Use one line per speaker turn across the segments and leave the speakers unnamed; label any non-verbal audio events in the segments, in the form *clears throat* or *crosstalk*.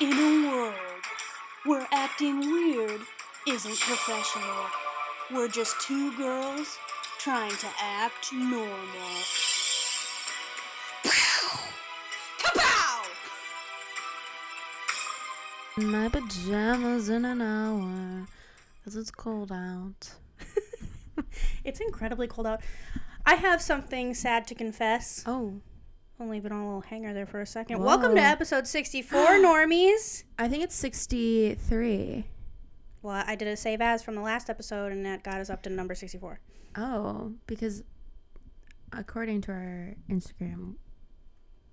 In a world where acting weird isn't professional, we're just two girls trying to act normal.
My pajamas in an hour because it's cold out.
It's incredibly cold out. I have something sad to confess.
Oh,
I'll leave it on a little hanger there for a second.
Whoa.
Welcome to
*gasps*
episode 64, Normies.
I think it's 63.
Well, I did a save as from the last episode, and that got us up to number 64.
Oh, because according to our Instagram,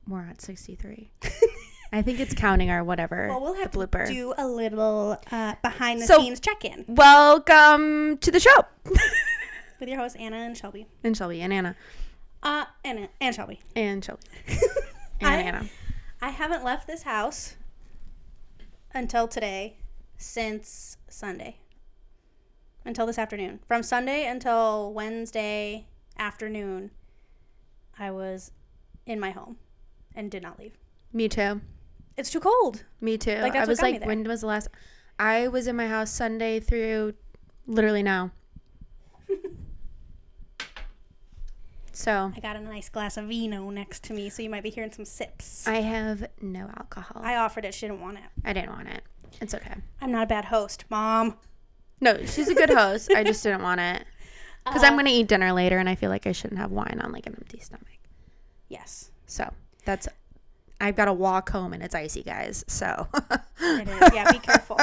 we're at
*laughs*
63. I think it's counting our whatever.
Well, we'll have
the blooper.
to do a little uh, behind the
So-
scenes check in
Welcome to the show. *laughs*
with your host, Anna and Shelby.
and Shelby and Anna.
Uh, Anna and Shelby.
And
*laughs*
Shelby. And
I-
Anna.
I haven't left this house until today since Sunday. Until this afternoon. From Sunday until Wednesday afternoon, I was in my home and did not leave.
Me too.
It's too cold.
Me too.
Like,
I
that's what
was
got me
like,
there.
when was the last? I was in my house Sunday through literally
*laughs*
now. so
I got a nice glass of vino next to me, so you might be hearing some sips.
I have no alcohol. I,
I offered it, she didn't want it.
didn't want it. It's okay.
I'm not a bad host, Mom.
No, she's
*laughs*
a good host. I just didn't want it because
Uh,
I'm gonna eat dinner later, and I feel like I shouldn't have wine on like an empty stomach.
Yes.
So that's. I've got to walk home and it's icy, guys. So *laughs*
It is. Yeah, be careful.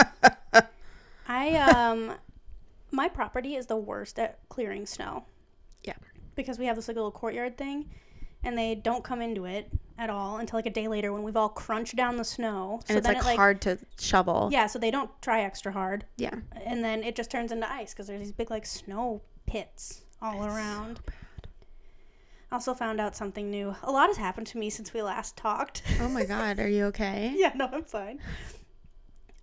I um my property is the worst at clearing snow.
Yeah.
Because we have this like little courtyard thing and they don't come into it at all until like a day later when we've all crunched down the snow.
and it's like, hard to shovel.
Yeah, so they don't try extra hard.
yeah.
*laughs* And then it just turns into ice because there's these big like snow pits all around. Also found out something new. A lot has happened to me since we last talked.
Oh my God, are you okay?
*laughs* yeah, no, I'm fine.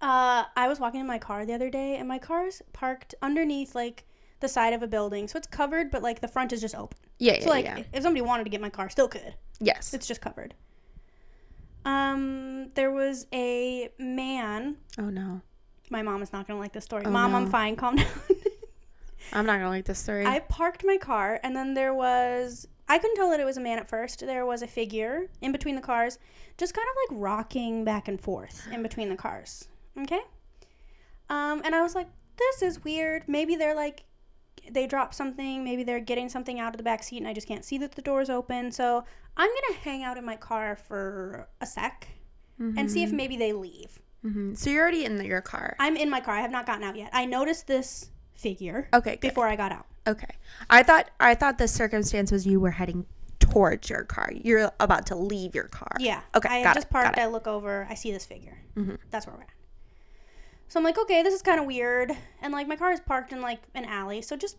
Uh, I was walking in my car the other day, and my car's parked underneath like the side of a building, so it's covered, but like the front is just open.
Yeah, yeah,
So like,
yeah.
if somebody wanted to get my car, still could.
Yes.
It's just covered. Um, there was a man.
Oh no,
My mom is not gonna like this story.
Oh,
mom, I'm
no.
fine. Calm *laughs* down.
I'm not gonna like this story.
I parked my car, and then there was. I couldn't tell that it was a man at first. There was a figure in between the cars, just kind of like rocking back and forth in between the cars. Okay? Um, and I was like, this is weird. Maybe they're like, they dropped something. Maybe they're getting something out of the back seat, and I just can't see that the door's open. So I'm going to hang out in my car for a sec and see if maybe they leave.
hmm So you're already in the, your car.
I'm in my car. I have not gotten out yet. I noticed this figure
Okay. Good.
before I got out.
Okay. I thought I thought the circumstance was you were heading towards your car. You're about to leave your car.
Yeah.
Okay,
I
got
just
it, got
parked.
it.
I look over. I see this figure.
Mhm.
That's where we're at. So I'm like, okay, this is kind of weird. And like, my car is parked in like an alley. So just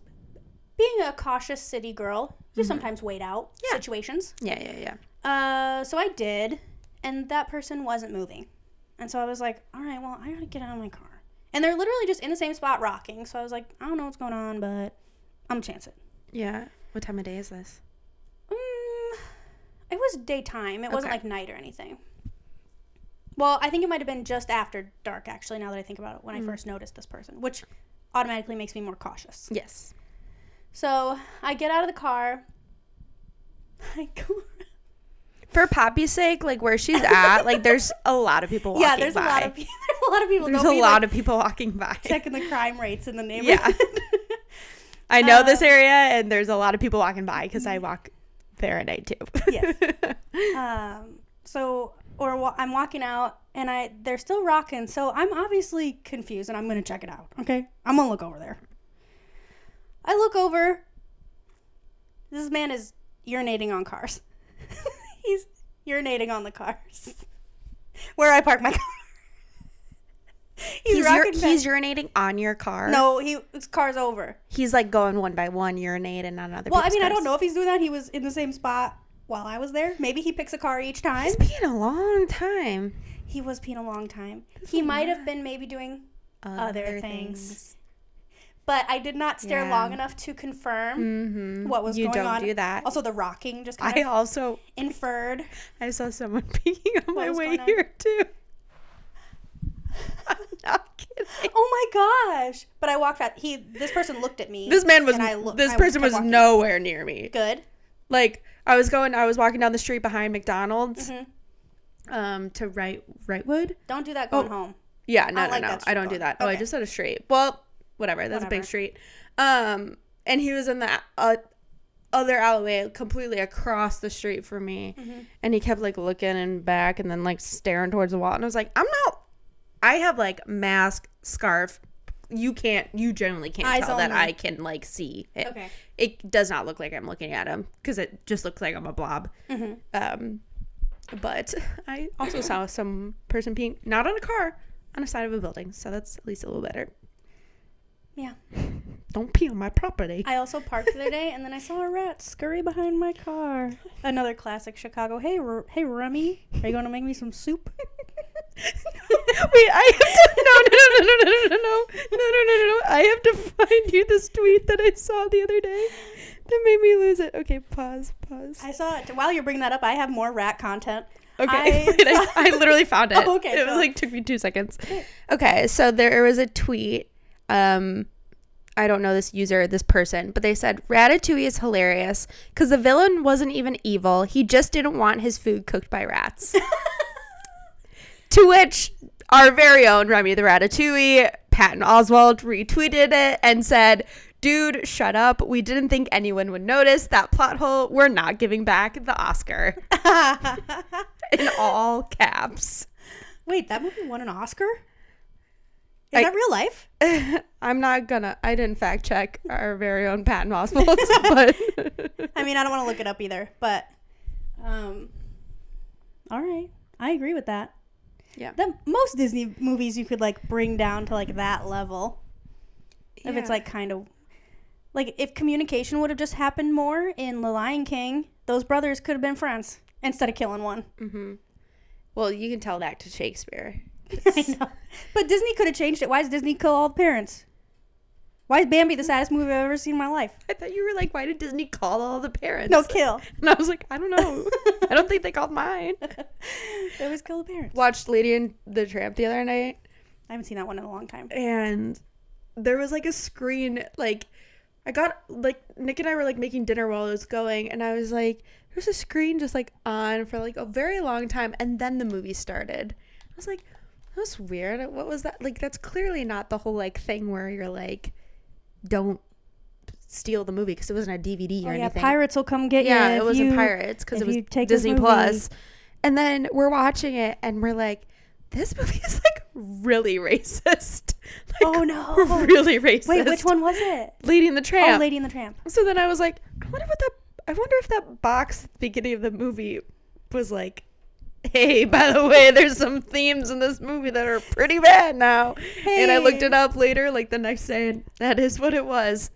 being a cautious city girl, you sometimes wait out situations.
Mm-hmm. Yeah. Yeah. Yeah.
Uh, so I did, and that person wasn't moving. And so I was like, all right, well, I gotta get out of my car. And they're literally just in the same spot rocking. So I was like, I don't know what's going on, but I'm gonna chance it.
Yeah. What time of day is this?
Mm, it was daytime. It wasn't
Okay.
like night or anything. Well, I think it might have been just after dark, actually, now that I think about it, when I
Hmm.
first noticed this person, which automatically makes me more cautious.
Yes.
So I get out of the car. *laughs* I go. *laughs*
For Poppy's sake, like where she's at, like *laughs* there's a lot of people. Walking
Yeah, there's a lot
by.
of people. *laughs* There's a lot of people.
There's
Don't
a
be,
lot
like,
of people walking by. *laughs*
checking the crime rates in the neighborhood.
Yeah. I know this area, and there's a lot of people walking by because I walk there at night too. *laughs*
Yes.
Uh,
um, so or wa- I'm walking out and I they're still rocking, so I'm obviously confused and I'm gonna check it out. Okay, I'm gonna look over there. I look over. This man is urinating on cars. *laughs* He's urinating on the cars *laughs* where I park my *laughs* car. He's,
he's ur-
rocking. back-
he's urinating on your car.
no, he his car's over.
He's like going one by one, urinating on other.
Well, I
people's
mean, I
cars.
don't know if he's doing that. He was in the same spot while I was there. Maybe he picks a car each time.
It's been a long time.
He was peeing a long time. he might have been maybe doing, Other things. but I did not stare
Yeah.
long enough to confirm
Mm-hmm.
what was
you
going
don't
on.
do that.
Also, the rocking just kind
I
of
*laughs* also
inferred.
I saw someone *laughs* peeing on my
was
way *laughs*
going on?
here too.
oh my gosh! But I walked out. He, this person looked at me.
This man was.
And I looked-
this
I
person
kept
was
walking.
nowhere near me.
good.
Like I was going, I was walking down the street behind McDonald's,
Mhm.
um, to right Rightwood.
Don't do that going
Oh.
home.
Yeah, no,
I
no,
like
no.
that
I
street
don't do
going.
that. Oh, I
Okay.
just said a street. Well, whatever. That's a big
Whatever.
street. Um, and he was in the uh, other alleyway, completely across the street from me,
Mm-hmm.
and he kept like looking and back, and then like staring towards the wall. And I was like, I'm not. I have like mask, scarf. You can't. You generally can't
Eyes
tell that
only.
I can like see. It.
Okay.
It does not look like I'm looking at him because it just looks like I'm a blob.
Mm-hmm.
Um, but *laughs* I also saw some person peeing not on a car, on a side of a building. So that's at least a little better.
Yeah.
Don't pee on my property.
I also parked the other day, and then I saw a rat scurry behind my car. Another classic Chicago. Hey, R- hey, Rummy, are you gonna make me some
*laughs*
soup?
*laughs* Wait, I have to, no, no, no, no, no, no, no, no, no, no, no, no. I have to find you this tweet that I saw the other day that made me lose it. Okay, pause, pause.
I saw it. While you're bringing that up, I have more rat content.
Okay,
I
*laughs* wait, I,
*laughs* saw-
I literally found it.
Oh, okay,
it was
go.
like took me two seconds. Okay, so there was a tweet. Um, I don't know this user, this person, but they said Ratatouille is hilarious because the villain wasn't even evil. He just didn't want his food cooked by
*laughs*
rats. to which our very own Remy the Ratatouille, Patton Oswald, retweeted it and said, Dude, shut up. We didn't think anyone would notice that plot hole. We're not giving back the Oscar in all caps.
Wait, that movie won an Oscar? Is
I-
that real life?
I'm not gonna. I didn't fact check our very own Patton Oswalt, *laughs* but
I mean, I don't want to look it up either, but um, all right, I agree with that.
Yeah.
the most Disney movies you could like bring down to like that level if it's
Yeah.
like kind of like if communication would have just happened more in The Lion King, those brothers could have been friends instead of killing one.
Mm. well, you can tell that to Shakespeare.
*laughs* I know, but Disney could have changed it. Why does Disney kill all the parents? Why is Bambi the saddest movie I've ever seen in my life?
I thought you were like, why did Disney call all the parents?
No kill.
and I was like, I don't *laughs* know. I don't think they called mine.
They always kill the
*laughs*
parents.
Watched Lady and the Tramp the other night,
I haven't seen that one in a long time.
and there was like a screen like i got like nick and i were like making dinner while it was going and i was like there's a screen just like on for like a very long time and then the movie started i was like that was weird what was that like that's clearly not the whole like thing where you're like don't steal the movie because it wasn't a dvd or
Oh, yeah,
anything
pirates will come get
yeah,
you.
it
if
wasn't
you-
Pirates because
if
it was
you take this
Disney
movie.
Plus. And then we're watching it and we're like, this movie is like really *laughs* racist. Like,
Oh, no.
really racist.
*laughs* Wait, which one was it?
Lady and the
Oh,
Tramp.
Lady and the Tramp.
so then I was like, I wonder what that. I wonder if that box at the beginning of the movie was like, hey, by the way, there's some themes in this movie that are pretty bad now. And I looked
Hey.
it up later, like the next day, and that is what it was.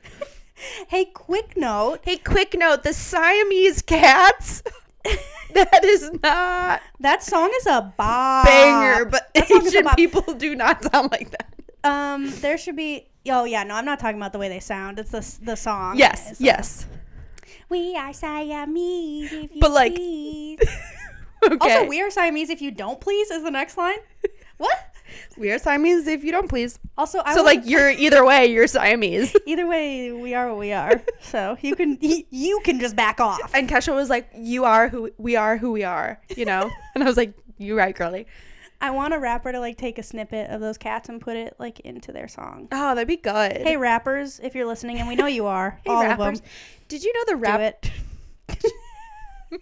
Hey, quick note.
Hey, quick note: the Siamese cats. *laughs* that is not
That song is a bop.
banger, but
song is
Asian
about-
people do not sound like that.
Um, there should be. Oh yeah, no, I'm not talking about the way they sound. It's the s- the song.
Yes,
It's like,
yes. *laughs*
We are Siamese. If you
But, like-
please.
*laughs* Okay.
also, we are Siamese if you don't please is the next
*laughs*
line. What?
we are Siamese if you don't please.
Also, I
so
wanna-
like you're either way, you're Siamese. *laughs*
either way, we are what we are. So you can y- you can just back off.
And Kesha was like, "You are who we are, who we are," you know. *laughs* and I was like, "You right, girly."
I want a rapper to like take a snippet of those cats and put it like into their song.
Oh, that'd be good.
Hey rappers, if you're listening, and we
*laughs*
know you are,
Hey,
all
rappers.
of them. *laughs*
Did you know the
Do
rap
it.
*laughs*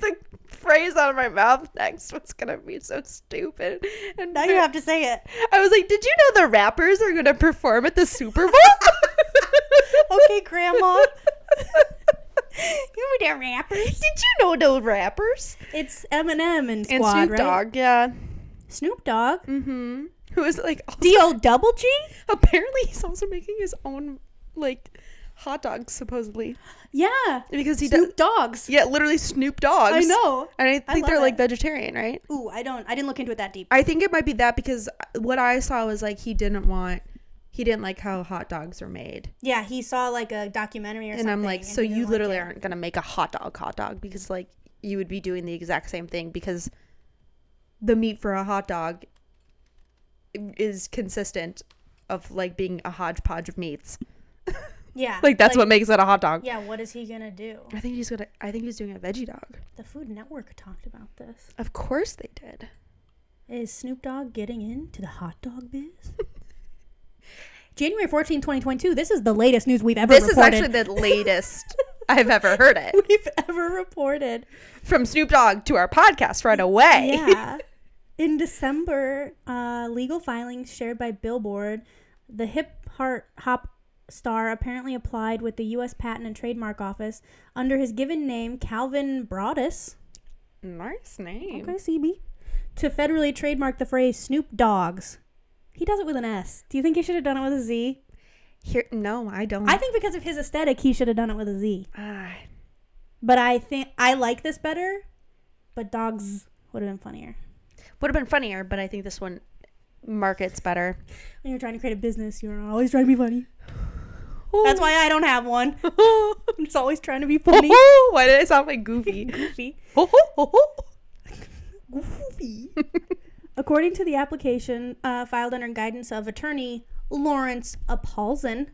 the phrase out of my mouth next was gonna be so stupid. And
Now you have to say it.
I was like, did you know the rappers are gonna perform at the Super Bowl?
*laughs* Okay, Grandma.
*laughs* you were the rappers. *laughs* Did you know those rappers?
It's Eminem and
And
Squad,
Snoop
right?
Dogg, yeah.
Snoop Dogg.
Mm-hmm. Who is like also-
D.O. Double G?
apparently he's also making his own like hot dogs supposedly
Yeah.
because he does
Snoop Dogs.
yeah literally Snoop Dogs.
I know.
and I think
love
they're like
it.
vegetarian, right?
Ooh, I don't. I didn't look into it that deep.
I think it might be that because what I saw was like he didn't want, he didn't like how hot dogs are made,
Yeah, he saw like a documentary or
and
something.
I'm like, so
he
you
didn't
literally
like
aren't gonna make a hot dog hot dog because like you would be doing the exact same thing because the meat for a hot dog is consistent of like being a hodgepodge of meats.
Yeah.
Like that's what makes it a hot dog.
Yeah, what is he gonna do?
I think he's gonna. I think he's doing a veggie dog.
The Food Network talked about this.
Of course they did.
Is Snoop Dogg getting into the hot dog biz? *laughs* January 14, 2022. This is the latest news we've ever
This
reported.
is actually the *laughs* latest I've ever heard it
*laughs* we've ever reported.
*laughs* from Snoop Dogg to our podcast right away.
Yeah. *laughs* In December, uh, legal filings shared by Billboard, the hip heart hop star apparently applied with the U.S. Patent and Trademark Office under his given name, Calvin Broadus.
Nice name.
Okay, CB. To federally trademark the phrase Snoop Dogs. He does it with an S. Do you think he should have done it with a Z?
Here, no, I don't.
I think because of his aesthetic, he should have done it with a Z.
Ah,
But I think I like this better. But dogs would have been funnier.
would have been funnier, but I think this one markets better.
When you're trying to create a business, you're always trying to be funny. That's why I don't have one. *laughs* I'm just always trying to be funny.
*laughs* Why did I sound like Goofy?
Goofy.
okay.
Goofy. According to the application uh, filed under guidance of attorney Lawrence Apalzen.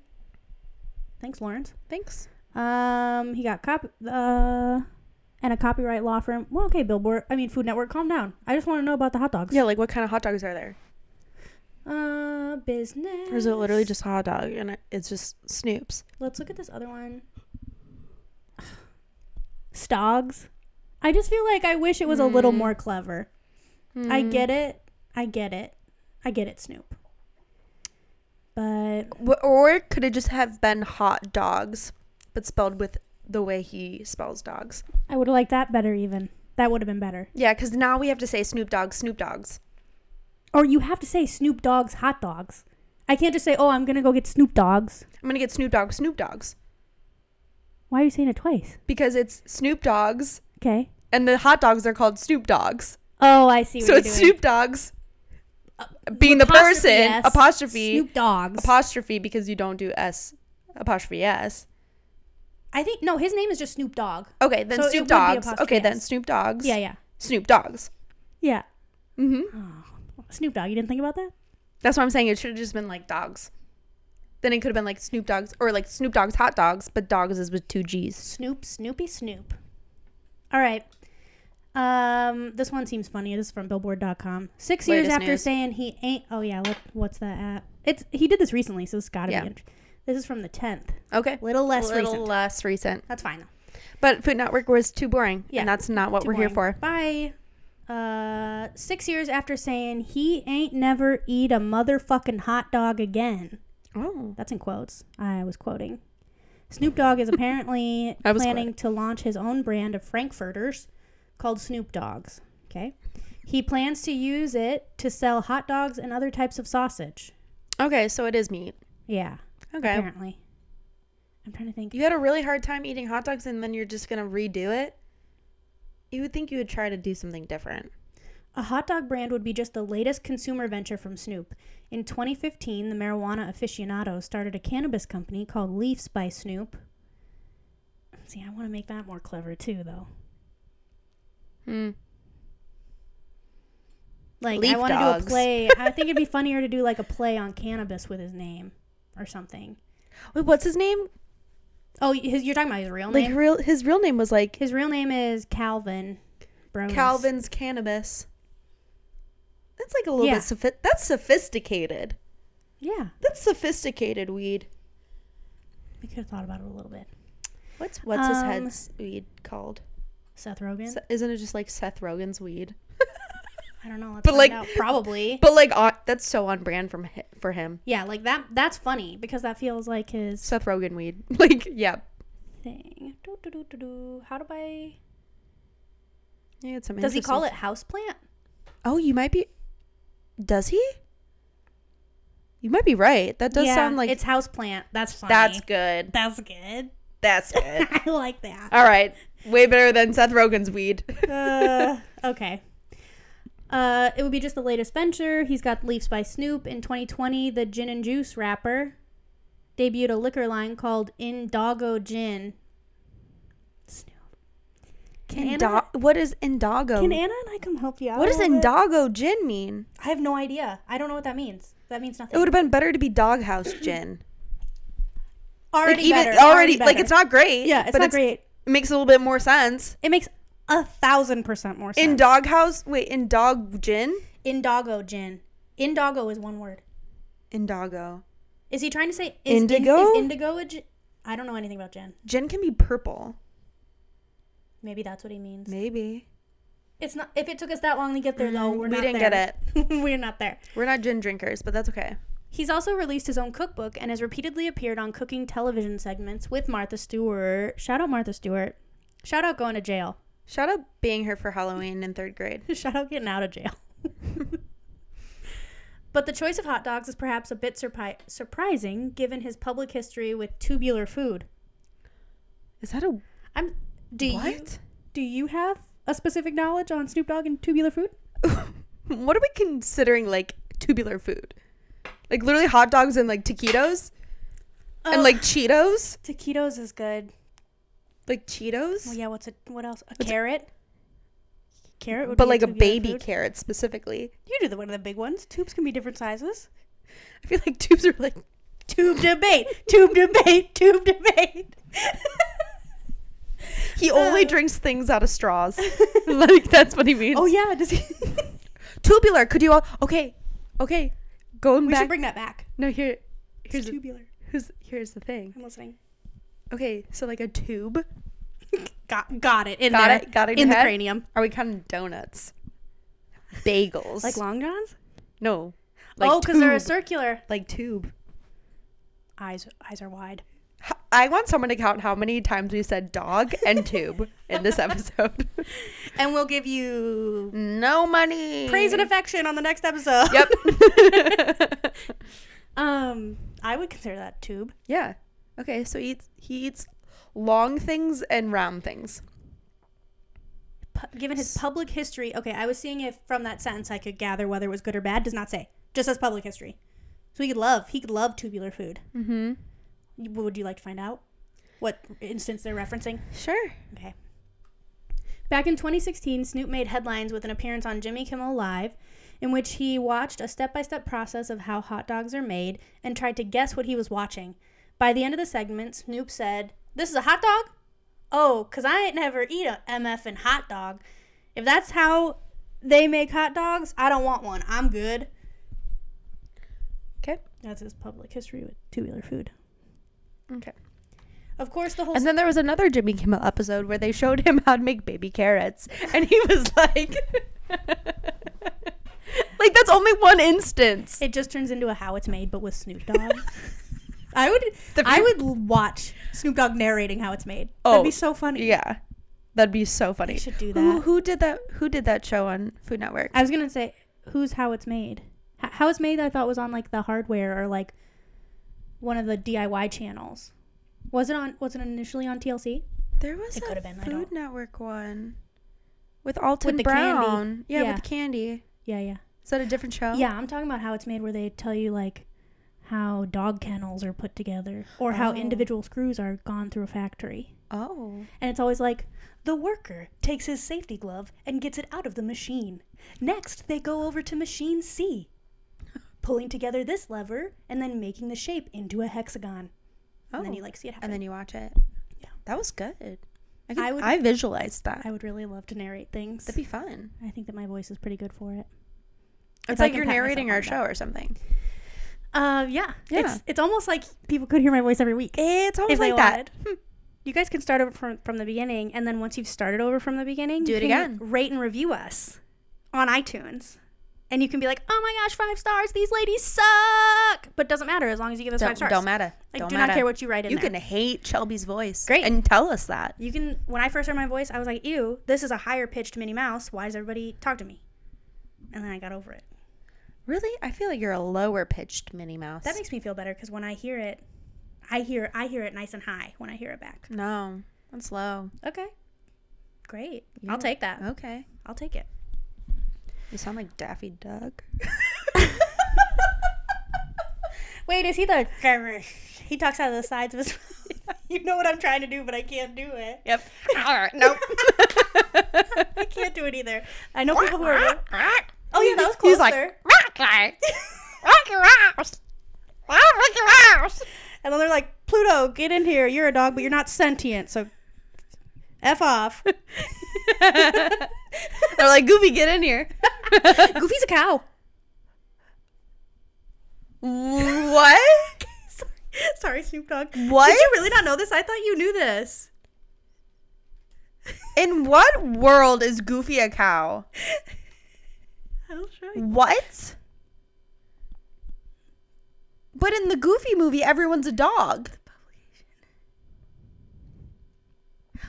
Thanks, Lawrence.
Thanks.
Um, he got cop uh, and a copyright law firm. Well, okay, Billboard. I mean, Food Network. Calm down. I just want to know about the hot dogs.
Yeah, like what kind of hot dogs are there?
Uh, business.
Or is it literally just hot dog and it- it's just Snoop's?
Let's look at this other one. *sighs* Stogs. I just feel like I wish it was a little more clever. I get it. I get it. I get it, Snoop. But
W- Or could it just have been hot dogs, but spelled with the way he spells dogs?
I would have liked that better, even. That would have been better.
Yeah, because now we have to say Snoop Dogg, Snoop Dogs.
Or you have to say Snoop Dogg's hot dogs. I can't just say, oh, I'm going to go get Snoop Dogg's.
I'm going to get Snoop Dogg, Snoop Dogs
Why are you saying it twice?
because it's Snoop Dogs
Okay.
and the hot dogs are called Snoop Dogs.
Oh, I see what
So
you're
it's
doing.
Snoop Dogs Uh, being the
Apostrophe
person,
S,
apostrophe,
Snoop Dogg's.
apostrophe because you don't do S, apostrophe S.
I think, no, his name is just Snoop Dogg.
Okay, then
So it would
Snoop
be
Dogs.
apostrophe
Okay, then
S.
Snoop Dogs.
Yeah, Mm-hmm. yeah.
Snoop Dogs.
Yeah.
hmm
Snoop Dogg, you didn't think about that?
That's what I'm saying. It should have just been like dogs. Then it could have been like Snoop Dogs or like Snoop Dogs hot dogs, but dogs is with two G's.
Snoop, Snoopy, Snoop. All right. Um, this one seems funny. This is from Billboard.com. Six years
Latest
after
news.
saying he ain't. Oh yeah, look, what's that at? It's he did this recently, so it's gotta
Yeah.
be. Int- this is from the tenth.
Okay.
Little
A
less
little
recent.
less recent.
That's fine though.
But Food Network was too boring.
Yeah.
And that's not what
Too
we're here
boring.
for.
Bye. Uh, six years after saying he ain't never eat a motherfucking hot dog again.
Oh.
That's in quotes. I was quoting. Snoop
*laughs*
Dogg is apparently
I was
planning to launch his own brand of Frankfurters called Snoop Dogs. Okay. He plans to use it to sell hot dogs and other types of sausage.
Okay, so it is meat.
Yeah,
Okay.
apparently. I'm trying to think.
You had a really hard time eating hot dogs and then you're just going to redo it? You would think you would try to do something different.
A hot dog brand would be just the latest consumer venture from Snoop. In 2015, the marijuana aficionado started a cannabis company called Leafs by Snoop. See, I want to make that more clever too, though.
Hmm.
Like
Leaf
I want to do a
dogs.
play. I think it'd be funnier to do like a play on cannabis with his name or something.
Wait, what's his name?
Oh, his, you're talking about his real
Like
name.
real his real name was like
His real name is Calvin. Bronis.
Calvin's Cannabis. That's like a little
Yeah.
bit sophi- that's sophisticated.
Yeah,
That's sophisticated weed.
we could have thought about it a little bit.
What's what's his
Um,
head's weed called?
Seth Rogen.
Se- isn't it just like Seth Rogen's weed?
I don't know. Let's
But,
find
like-
out. probably.
*laughs* But like uh, that's so on brand from hi- for him.
yeah, like that. That's funny because that feels like his
Seth Rogen weed. *laughs* Like yeah,
thing. Do, do, do, do, do. How do I?
yeah. It's some
Does he call
interesting-
it houseplant?
Oh, you might be. Does he? You might be right. That does
yeah,
sound like
it's houseplant. That's funny.
that's good.
that's good. *laughs*
That's good. *laughs*
I like that.
All right, way better than Seth Rogen's weed.
uh, okay. Uh, it would be just the latest venture. He's got Leafs by Snoop. In 2020, the gin and juice rapper debuted a liquor line called Indago Gin. Snoop. Can
Indo-
Anna,
what is Indago?
can Anna and I come help you out?
what
a
does
little bit?
Indago gin mean?
I have no idea. I don't know what that means. That means
It
nothing.
would have been better to be
*clears throat*
doghouse gin.
already
like even
better,
already, like
better.
it's not great.
Yeah, it's
but
not great.
Makes a little bit more sense.
It makes a thousand percent more sense.
In doghouse, wait, in dog gin,
Indago gin. Indago is one word.
Indago.
Is he trying to say is in-
Indigo?
is indigo a gin? I don't know anything about gin.
Gin can be purple.
Maybe that's what he means.
Maybe
It's not. If it took us that long to get there, though, we're
Mm, we
not
didn't
there.
get it.
get it. *laughs* we're not there.
We're not gin drinkers, but that's okay.
He's also released his own cookbook and has repeatedly appeared on cooking television segments with Martha Stewart. Shout out Martha Stewart. Shout out going to jail. *laughs*
Shout out being here for Halloween in third grade.
Shout out getting out of jail. *laughs* but the choice of hot dogs is perhaps a bit surpri- surprising given his public history with tubular food.
Is that a
I'm. Do you
what? *laughs*
do you have a specific knowledge on Snoop Dogg and tubular food?
what are we considering like tubular food? Like literally hot dogs and like taquitos and
Oh.
like Cheetos,
Taquitos is good.
like Cheetos,
Well, yeah. What's a what else? A carrot. Carrot, would
but
be
like a
tubular
baby
food.
carrot specifically.
You do the one of the big ones. Tubes can be different sizes.
I feel like tubes are like
Tube *laughs* debate. Tube debate. Tube *laughs* debate.
he only
Uh.
drinks things out of *laughs* straws. like that's what he means.
oh yeah. Does *laughs* he?
tubular. Could you all? Okay, okay. Going
we
back.
should bring that back.
no, here. Here's
It's
the,
tubular.
here's here's the thing.
I'm listening.
Okay, so like a tube.
*laughs* Got got it. In
Got
there.
it. Got it. in
in
your
the
head?
cranium.
Are we counting donuts? Bagels.
Like long johns.
no.
oh, because they're a
tube.
circular.
like tube.
Eyes eyes are wide.
H- I want someone to count how many times we said dog and tube in *laughs* this episode.
And we'll give you
no *laughs* money.
praise and affection on the next episode.
Yep.
Um, I would consider that tube.
yeah. Okay. So he eats, he eats long things and round things.
Pu- given his public history, okay, I was seeing if from that sentence I could gather whether it was good or bad. Does not say. Just says public history. So he could love. He could love tubular food.
Mm-hmm.
You- Would you like to find out what instance they're referencing?
Sure.
Okay. Back in 2016, Snoop made headlines with an appearance on Jimmy Kimmel Live, in which he watched a step by step process of how hot dogs are made and tried to guess what he was watching. By the end of the segment, Snoop said, This is a hot dog? Oh, 'cause I ain't never eat a MF and hot dog. If that's how they make hot dogs, I don't want one. I'm good.
Okay.
That's his public history with two wheeler food.
Okay.
Of course, the whole
And then there was another Jimmy Kimmel episode where they showed him how to make baby carrots, and he was *laughs* like, like that's only one instance.
It just turns into a how it's made, but with Snoop
*laughs*
Dogg. I would, I would l- watch Snoop Dogg narrating how it's made.
Oh,
That'd be so funny.
Yeah, that'd be so funny.
They should do
Who,
that.
who did that? Who did that show on Food Network?
I was gonna say, who's how it's made? H- how it's made, I thought was on like the hardware or like one of the DIY channels. Was it on? Was it initially on TLC?
There was
It
a
could've been, I
Food
don't-
Network one with Alton
the candy.
Brown. Yeah,
Yeah.
with the candy.
Yeah, yeah,
Is that a different show?
yeah. I'm talking about how it's made, where they tell you like how dog kennels are put together or how
Oh.
individual screws are gone through a factory.
Oh.
And it's always like, the worker takes his safety glove and gets it out of the machine. Next, they go over to machine C, pulling together this lever and then making the shape into a hexagon. And then
Oh.
you like see it happen.
And then you watch it.
Yeah.
That was good. I, could, I,
I would-
visualized that.
I would really love to narrate things.
That'd be fun.
I think that my voice is pretty good for it.
It's
I
like
can
you're
pat myself
narrating
on
our
the
show or something.
Uh, yeah.
Yeah.
It's it's almost like people could hear my voice every week.
It's almost
If they
like that.
Hmm. You guys can start over from, from the beginning, and then once you've started over from the beginning,
Do
you
it
can
again.
Rate and review us on iTunes. And you can be like, oh my gosh, five stars, these ladies suck. But doesn't matter as long as you give us
Don't,
five stars.
don't matter.
Like,
don't
do
matter.
not care what you write in
you
there.
can hate Shelby's voice.
Great.
And tell us that.
You can, when I first heard my voice, I was like, ew, this is a higher pitched Minnie Mouse. Why does everybody talk to me? And then I got over it.
Really? I feel like you're a lower pitched Minnie Mouse.
That makes me feel better because when I hear it, I hear I hear it nice and high when I hear it back.
no. That's low.
Okay. Great.
Yeah.
I'll take that.
Okay.
I'll take it.
You sound like Daffy Duck.
Wait, is he the He talks out of the
*laughs*
*laughs* sides of his mouth. you know what I'm trying to do, but I can't do it.
Yep. All right. Nope.
I can't do it either. I know people
*laughs*
who *laughs* are. Oh yeah, that was closer. *laughs*
He's like,
and then they're like, Pluto, get in here. You're a dog, but you're not sentient, so f off.
They're like, Goofy, get in here.
*laughs* Goofy's a cow.
what?
Sorry, *laughs* sorry, Snoop Dogg.
What?
Did you really not know this? I thought you knew this.
In what world is Goofy a cow?
I'll show you.
What? But in the Goofy movie, everyone's a dog.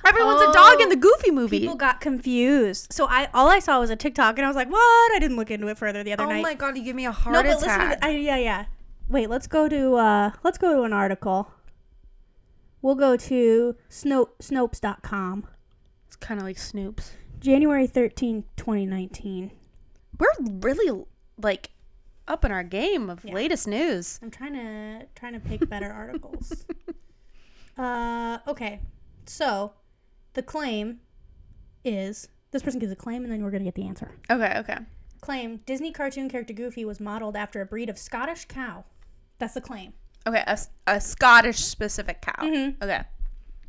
Everyone's a dog in the Goofy movie.
People got confused. So I all I saw was a TikTok, and I was like, "What?" I didn't look into it further the other
oh
night.
my god, you give me a heart
no, but listen. To
attack.
the, I, yeah, yeah. Wait, let's go to uh, let's go to an article. We'll go to Snope, Snopes.com.
it's kind of like Snoop's.
January 13, 2019.
We're really like up in our game of latest news.
I'm trying to trying to pick *laughs* better articles. Uh, okay. So, the claim is this person gives a claim and then we're going to get the answer.
Okay, okay.
Claim Disney cartoon character Goofy was modeled after a breed of Scottish cow. That's the claim.
Okay, a, s- a Scottish specific cow. Okay.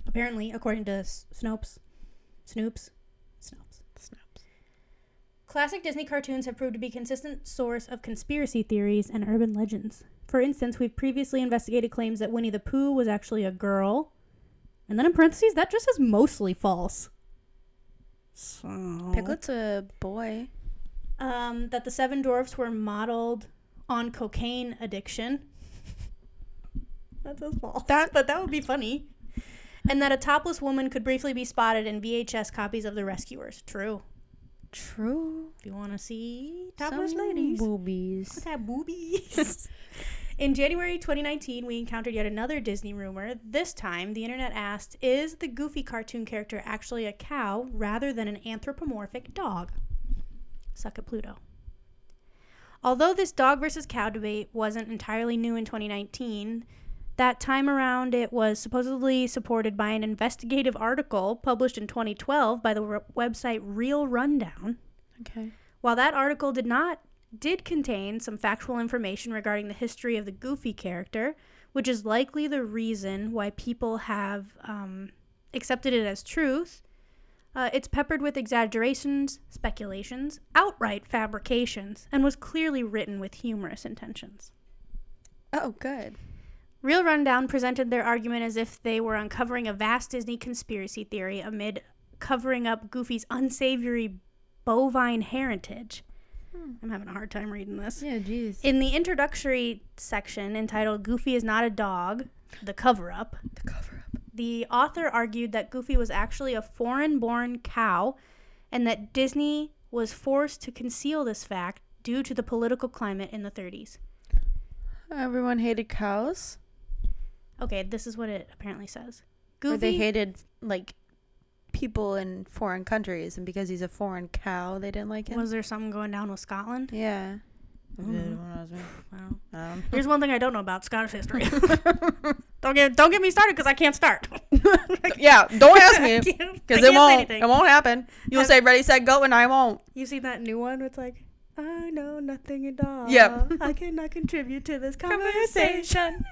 Apparently, according to S- Snopes, Snoops, Snopes. Classic Disney cartoons have proved to be a consistent source of conspiracy theories and urban legends. For instance, we've previously investigated claims that Winnie the Pooh was actually a girl. And then in parentheses, that just is mostly false. So,
Piglet's a boy.
um, that the seven dwarfs were modeled on cocaine addiction. *laughs* That's a false. That, but that would be funny. And that a topless woman could briefly be spotted in VHS copies of The Rescuers. True.
True.
If you want to see topless ladies,
Boobies.
have boobies. *laughs* in January 2019, we encountered yet another Disney rumor. This time, the internet asked, "Is the Goofy cartoon character actually a cow rather than an anthropomorphic dog?" Suck at Pluto. Although this dog versus cow debate wasn't entirely new in 2019, that time around it was supposedly supported by an investigative article published in 2012 by the re- website Real Rundown.
Okay.
While that article did not did contain some factual information regarding the history of the Goofy character, which is likely the reason why people have um, accepted it as truth. Uh, it's peppered with exaggerations, speculations, outright fabrications, and was clearly written with humorous intentions.
Oh, good.
Real Rundown presented their argument as if they were uncovering a vast Disney conspiracy theory amid covering up Goofy's unsavory bovine heritage. I'm having a hard time reading this.
Yeah, jeez.
In the introductory section entitled Goofy is Not a Dog, the cover up,
The cover up.
the author argued that Goofy was actually a foreign born cow and that Disney was forced to conceal this fact due to the political climate in the 30s.
Everyone hated cows.
Okay, this is what it apparently says.
Or they hated like people in foreign countries, and because he's a foreign cow, they didn't like him.
Was there something going down with Scotland?
yeah. Mm-hmm.
I don't know.
Um,
Here's one thing I don't know about Scottish *laughs* history. don't get don't get me started because I can't start.
*laughs* Um. yeah, don't ask
I
me
can't- I
because
can't
it
say
won't.
anything.
It won't happen. You'll say ready, set, go, and I won't.
*laughs* You see that new one? It's like I know nothing at all.
Yep.
*laughs* I cannot contribute to this conversation.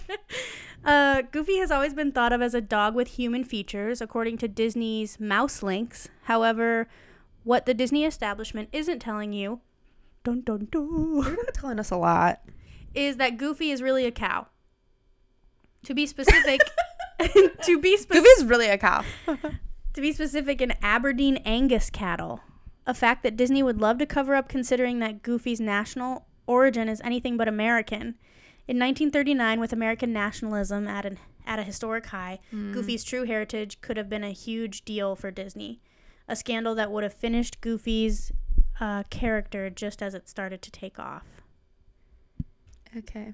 *laughs* uh, Goofy has always been thought of as a dog with human features, according to Disney's Mouse Links. However, what the Disney establishment isn't telling you, dun dun dun,
You're telling us a lot.
is that Goofy is really a cow. To be specific, *laughs* to be specific,
Goofy's really a cow.
to be specific, an Aberdeen Angus cattle, a fact that Disney would love to cover up, considering that Goofy's national origin is anything but American. In 1939, with American nationalism at an at a historic high, Goofy's true heritage could have been a huge deal for Disney, a scandal that would have finished Goofy's uh, character just as it started to take off.
Okay,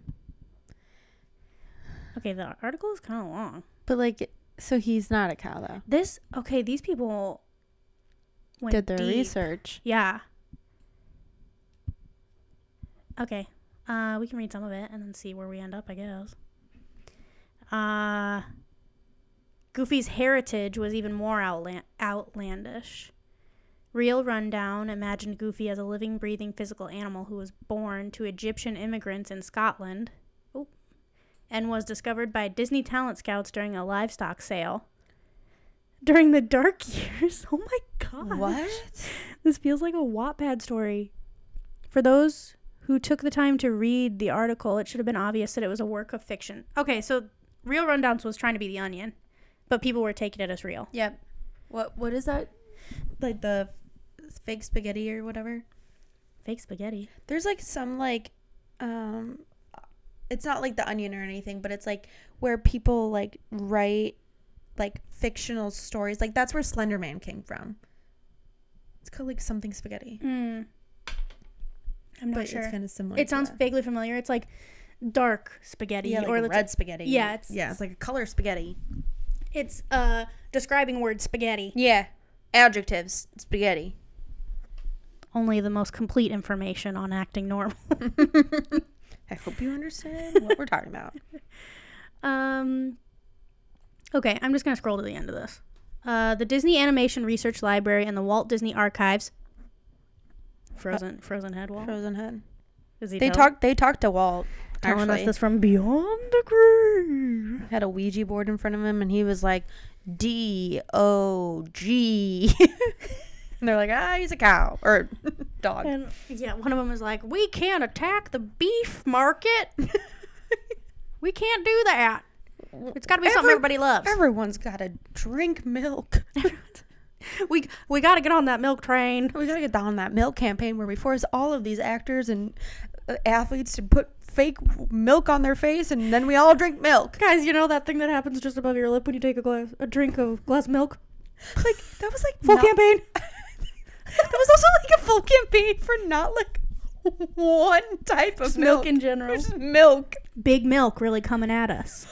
Okay, the article is kind of long.
but like, so he's not a cow though.
This okay, these people went
Did their
deep.
research.
Yeah. Okay. Uh we can read some of it and then see where we end up, I guess. Uh Goofy's heritage was even more outland- outlandish. Real Rundown imagined Goofy as a living, breathing, physical animal who was born to Egyptian immigrants in Scotland oh, and was discovered by Disney talent scouts during a livestock sale. During the dark *laughs* years. Oh my god.
What?
This feels like a Wattpad story. For those who took the time to read the article, it should have been obvious that it was a work of fiction. Okay, so Real Rundowns was trying to be the onion, but people were taking it as real.
*laughs* Yep. What what is that? Like the fake spaghetti or whatever?
Fake spaghetti.
There's like some like um it's not like the onion or anything, but it's like where people like write like fictional stories. Like that's where Slender Man came from. It's called like something spaghetti.
Mm. I'm not
but
sure.
it's kind of similar.
it
to
sounds
that.
vaguely familiar. It's like dark spaghetti
yeah, like
or
red
it's,
spaghetti.
yeah, it's-
yeah, it's like a color spaghetti.
it's uh describing word spaghetti.
Yeah, adjectives spaghetti.
Only the most complete information on acting normal.
I hope you understand what we're talking about.
Um. Okay, I'm just gonna scroll to the end of this. Uh, the Disney Animation Research Library and the Walt Disney Archives. Frozen, Frozen head Walt.
Frozen Head.
Is he
They
tell-
talked. They talked to Walt.
telling us
Actually,
this from beyond the grave?
had a Ouija board in front of him, and he was like, "D O G," *laughs* and they're like, "Ah, he's a cow or *laughs* dog."
And yeah, one of them is like, "We can't attack the beef market. *laughs* we can't do that. It's got to be something
Every-
everybody loves.
Everyone's gotta drink milk. *laughs*
*laughs* we we got to get on that milk train."
we gotta get down on that milk campaign where we force all of these actors and uh, athletes to put fake milk on their face, and then we all drink milk.
Guys, you know that thing that happens just above your lip when you take a glass, a drink of glass of milk.
*laughs* Like that was like
Full
not-
campaign.
*laughs* that was also like a full campaign for not like *laughs* one type of milk.
milk in general.
Just milk.
Big Milk really coming at us.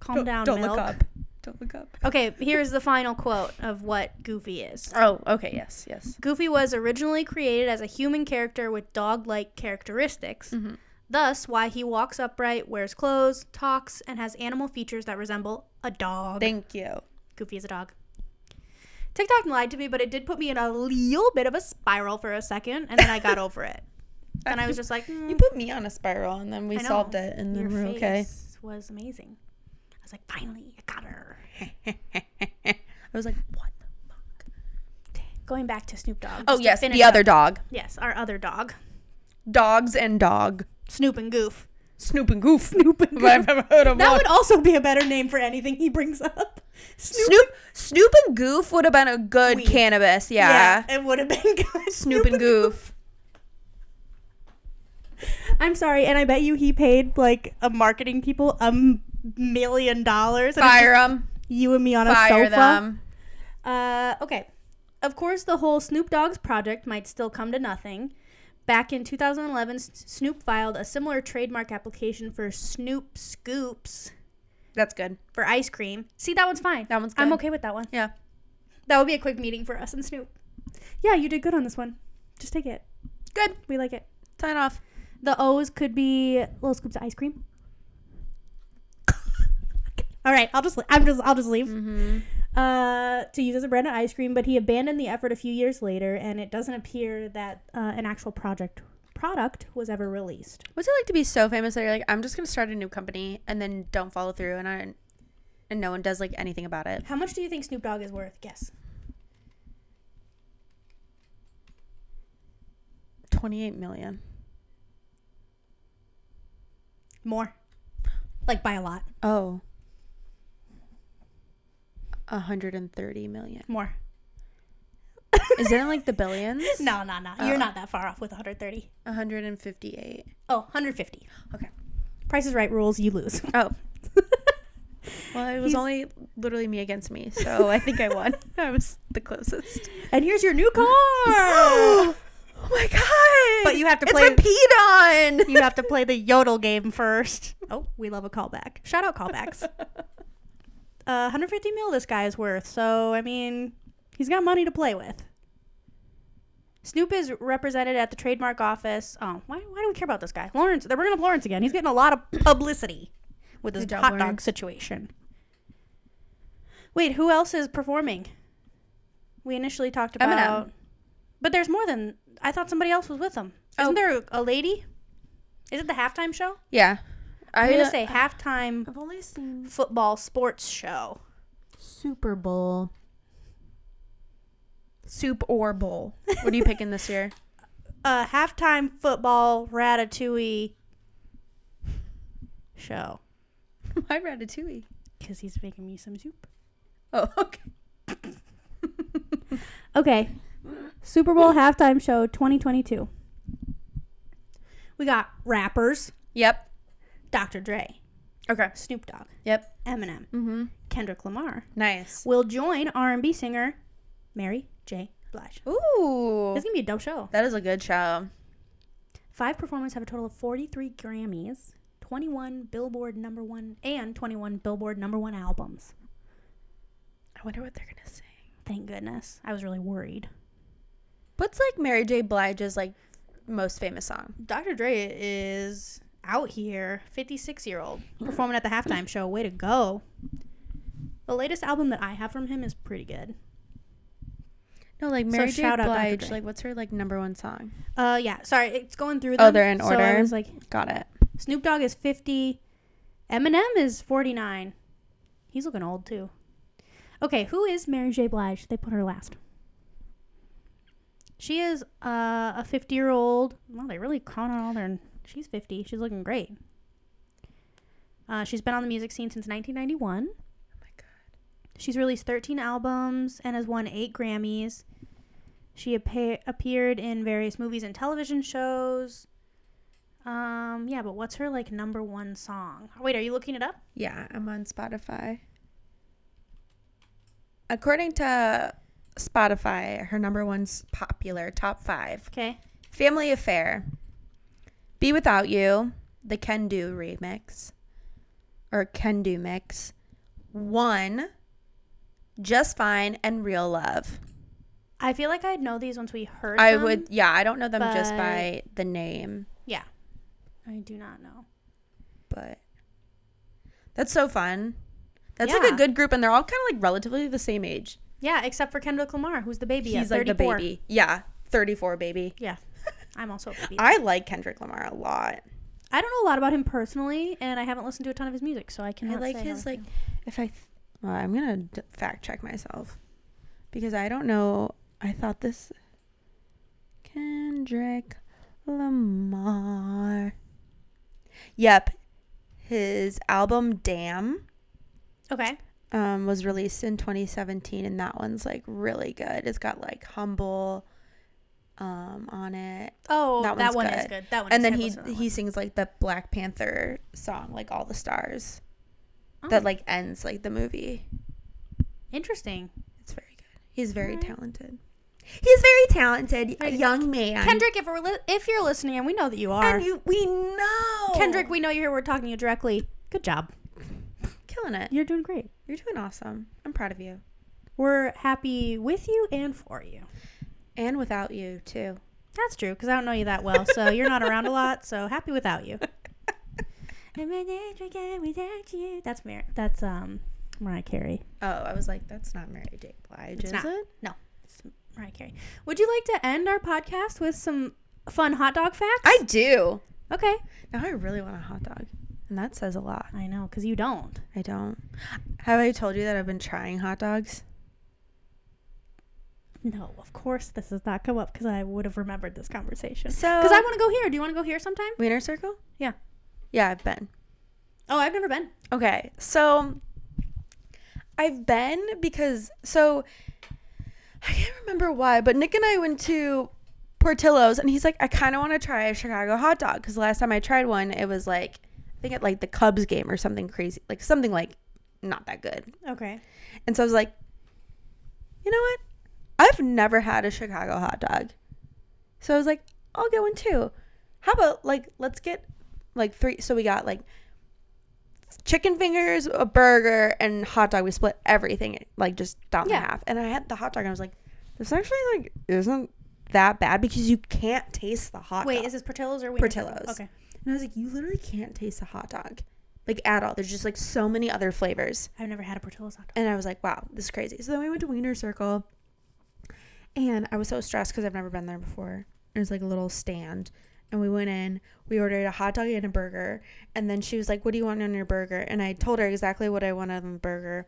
Calm
Don't-
down,
Don't
Milk.
look up. Don't look up.
Okay, here's the final quote of what Goofy is.
Oh, okay. Yes, yes.
Goofy was originally created as a human character with dog like characteristics.
Mm-hmm.
Thus, why he walks upright, wears clothes, talks, and has animal features that resemble a dog.
Thank you.
Goofy is a dog. TikTok lied to me, but it did put me in a little bit of a spiral for a second, and then
*laughs*
I got over it. And I was just like, mm,
You put me on a spiral, and then we
I know.
solved it, and
Your
then we're
face was amazing. I was like, finally, I got her.
*laughs* okay. I was like, what? the fuck?
Going back to Snoop Dogg.
Oh
just to
yes,
finish
the
up-
other dog.
Yes, our other dog,
Dogs and dog.
Snoop and Goof.
Snoop and Goof. *laughs* Snoop and Goof. I've ever heard of
That
one.
would also be a better name for anything he brings up. *laughs* Snoop.
Snoop Snoop and Goof would have been a good
Weed.
cannabis. Yeah.
Yeah, it would have been
*laughs*
good.
Snoop and Goof.
I'm sorry, and I bet you he paid like a marketing people a m- million dollars. and it's
Fire them.
just you and me on a
Fire
sofa.
them.
Uh, okay. Of course, the whole Snoop Dogg's project might still come to nothing. Back in 2011, S- Snoop filed a similar trademark application for Snoop Scoops
That's good.
for ice cream. See, that one's fine.
That one's
I'm
good.
okay with that one.
Yeah.
That would be a quick meeting for us and Snoop. Yeah, you did good on this one. Just take it.
Good.
We like it.
Sign off.
The O's could be little scoops of ice cream. *laughs* All right, I'll just li- I'm just I'll just leave. Uh, to use as a brand of ice cream, but he abandoned the effort a few years later, and it doesn't appear that uh, an actual project product was ever released.
What's it like to be so famous that you're like, I'm just gonna start a new company and then don't follow through and I and no one does like anything about it?
How much do you think Snoop Dogg is worth? Guess.
Twenty eight million.
More. Like by a lot.
Oh. A hundred and thirty million.
More.
Is it in like the billions?
No, no, no. You're not that far off with 130.
A hundred and fifty eight.
Oh, 150.
Okay.
Price is right rules, you lose. *laughs*
Oh. Well, it was
He's-
only literally me against me, so I think I won. I was the closest.
and here's your new car.
*gasps*
*laughs*
Oh my god!
But you have to
It's
play-
been peed on.
you have to play the yodel game first. Oh, we love a callback. Shout
*laughs*
out callbacks. Uh, 150 mil this guy is worth. So I mean, he's got money to play with. Snoop is represented at the trademark office. Oh, why, why do we care about this guy? Lawrence, they're bringing up Lawrence again. He's getting a lot of publicity with this
Good job,
hot dog
Lawrence.
situation. Wait, who else is performing? We initially talked
Eminem.
about. But there's more than. I thought somebody else was with them.
Oh.
Isn't there a- a lady? Is it the halftime show?
Yeah. I,
I'm going to say halftime
I've only
Oh.
seen
football sports show.
Super Bowl.
soup or bowl. *laughs* What are you picking this year?
A halftime football ratatouille show.
*laughs* My ratatouille.
Because he's making me some soup.
Oh, *laughs* okay.
Okay. Super Bowl halftime show 2022. We got rappers
Yep.
Dr. Dre,
Okay.
Snoop Dogg,
Yep.
Eminem,
Mm-hmm.
Kendrick Lamar
Nice.
will join R&B singer Mary J. Blige.
Ooh.
It's gonna be a dope show.
That is a good show.
Five performers have a total of 43 Grammys, 21 Billboard number one, and 21 Billboard number one albums.
I wonder what they're gonna sing.
Thank goodness. I was really worried.
What's like Mary J. Blige's like most famous song?
Dr. Dre is out here, 56 year old, performing at the halftime show. Way to go. The latest album that I have from him is pretty good.
No, like
So
Mary J.
shout out Dr.
Blige.
Dre.
Like, what's her like number one song?
Uh, yeah. Sorry, it's going through.
Oh,
Them,
they're in
so I
order.
was like,
Got it.
Snoop Dogg is 50. Eminem is 49. He's looking old too. Okay, who is Mary J. Blige? They put her last. She is uh, a 50 year old. Well, they really count on all their. She's 50. She's looking great. Uh, she's been on the music scene since 1991.
Oh my god.
She's released 13 albums and has won eight Grammys. She appa- appeared in various movies and television shows. Um, yeah, but what's her like number one song? Wait, are you looking it up?
Yeah, I'm on Spotify. According to Spotify, her number one's popular top five:
Okay.
"Family Affair," "Be Without You," the "Can Do" remix, or "Can Do" mix, "One," "Just Fine," and "Real Love."
I feel like I'd know these once we heard.
I
them.
would, yeah, I don't know them just
but-
by the name,
Yeah. I do not know.
but that's so fun. That's like
Yeah.
a good group, and they're all kind of like relatively the same age.
Yeah, except for Kendrick Lamar, who's the baby.
He's
at
like the
34.
baby. Yeah, 34 baby.
Yeah. I'm also a baby.
*laughs*
I-,
I like Kendrick Lamar a lot.
don't know a lot about him personally, and I haven't listened to a ton of his music, so I
I
cannot.
like
say how
his
I
like
feel.
if I th- well, I'm going to d- fact check myself because I don't know. I thought this Kendrick Lamar. Yep. His album Damn
Okay.
um, was released in 2017 and that one's like really good. It's got like humble um on it
Oh,
That
that,
one's
one is
good.
good. That one.
and
is
then
good.
he
Listen to that one.
he sings like the Black Panther song, like all the stars,
Oh.
that like ends like the movie.
Interesting.
It's very good. He's very
Alright.
talented. He's very talented, a
Very-
young man.
Kendrick, if we're li- if you're listening, and we know that you are,
and you, we know
Kendrick, we know you're here. We're talking to you directly. Good job.
killing it.
You're doing great.
You're doing awesome. I'm proud of you,
We're happy with you and for you.
and without you too.
That's true because I don't know you that well, so you're not around a lot. So happy without
*laughs*
you. I'm an angel again without you. That's Mar- That's um Mariah Carey.
Oh, I was like, that's not Mary J. Blige,
It's
is
not.
it?
No, it's Mariah Carey. Would you like to end our podcast with some fun hot dog facts?
I do.
okay.
Now I really want a hot dog, and that says a lot.
I know because you don't.
I don't. Have I told you that I've been trying hot dogs?
No, of course this has not come up because I would have remembered this conversation.
So-
because I want to go here. Do you want to go here sometime?
Wiener Circle?
Yeah.
Yeah, I've been.
Oh, I've never been.
Okay, so I've been because so I can't remember why, but Nick and I went to Portillo's, and he's like, I kind of want to try a Chicago hot dog because last time I tried one, it was like I think at like the Cubs game or something crazy, like something like not that good.
Okay.
And so I was like, you know what? I've never had a Chicago hot dog, so I was like, I'll get one too. How about like let's get like three? So we got like chicken fingers, a burger, and hot dog. We split everything like just down
Yeah.
the half. And I had the hot dog and I was like, this actually like isn't that bad because you can't taste the hot
Wait,
dog.
is this Portillo's or Wiener?
Portillo's.
Okay.
and I was like, you literally can't taste the hot dog. like at all. There's just like so many other flavors.
I've never had a Portillo's hot dog.
And I was like, wow, this is crazy. So then we went to Wiener Circle. And I was so stressed because I've never been there before. It was like a little stand. And we went in, we ordered a hot dog and a burger. And then she was like, what do you want on your burger? And I told her exactly what I wanted on the burger.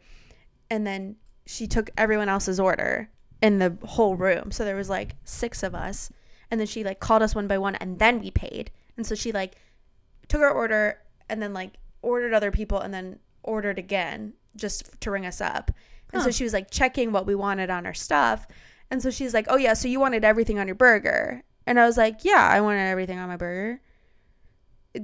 And then she took everyone else's order in the whole room. So there was like six of us. And then she like called us one by one and then we paid. And so she like took our order and then like ordered other people and then ordered again just f- to ring us up. And so
Huh.
she was like checking what we wanted on our stuff. And so she's like, "Oh yeah, so you wanted everything on your burger." And I was like, "Yeah, I wanted everything on my burger."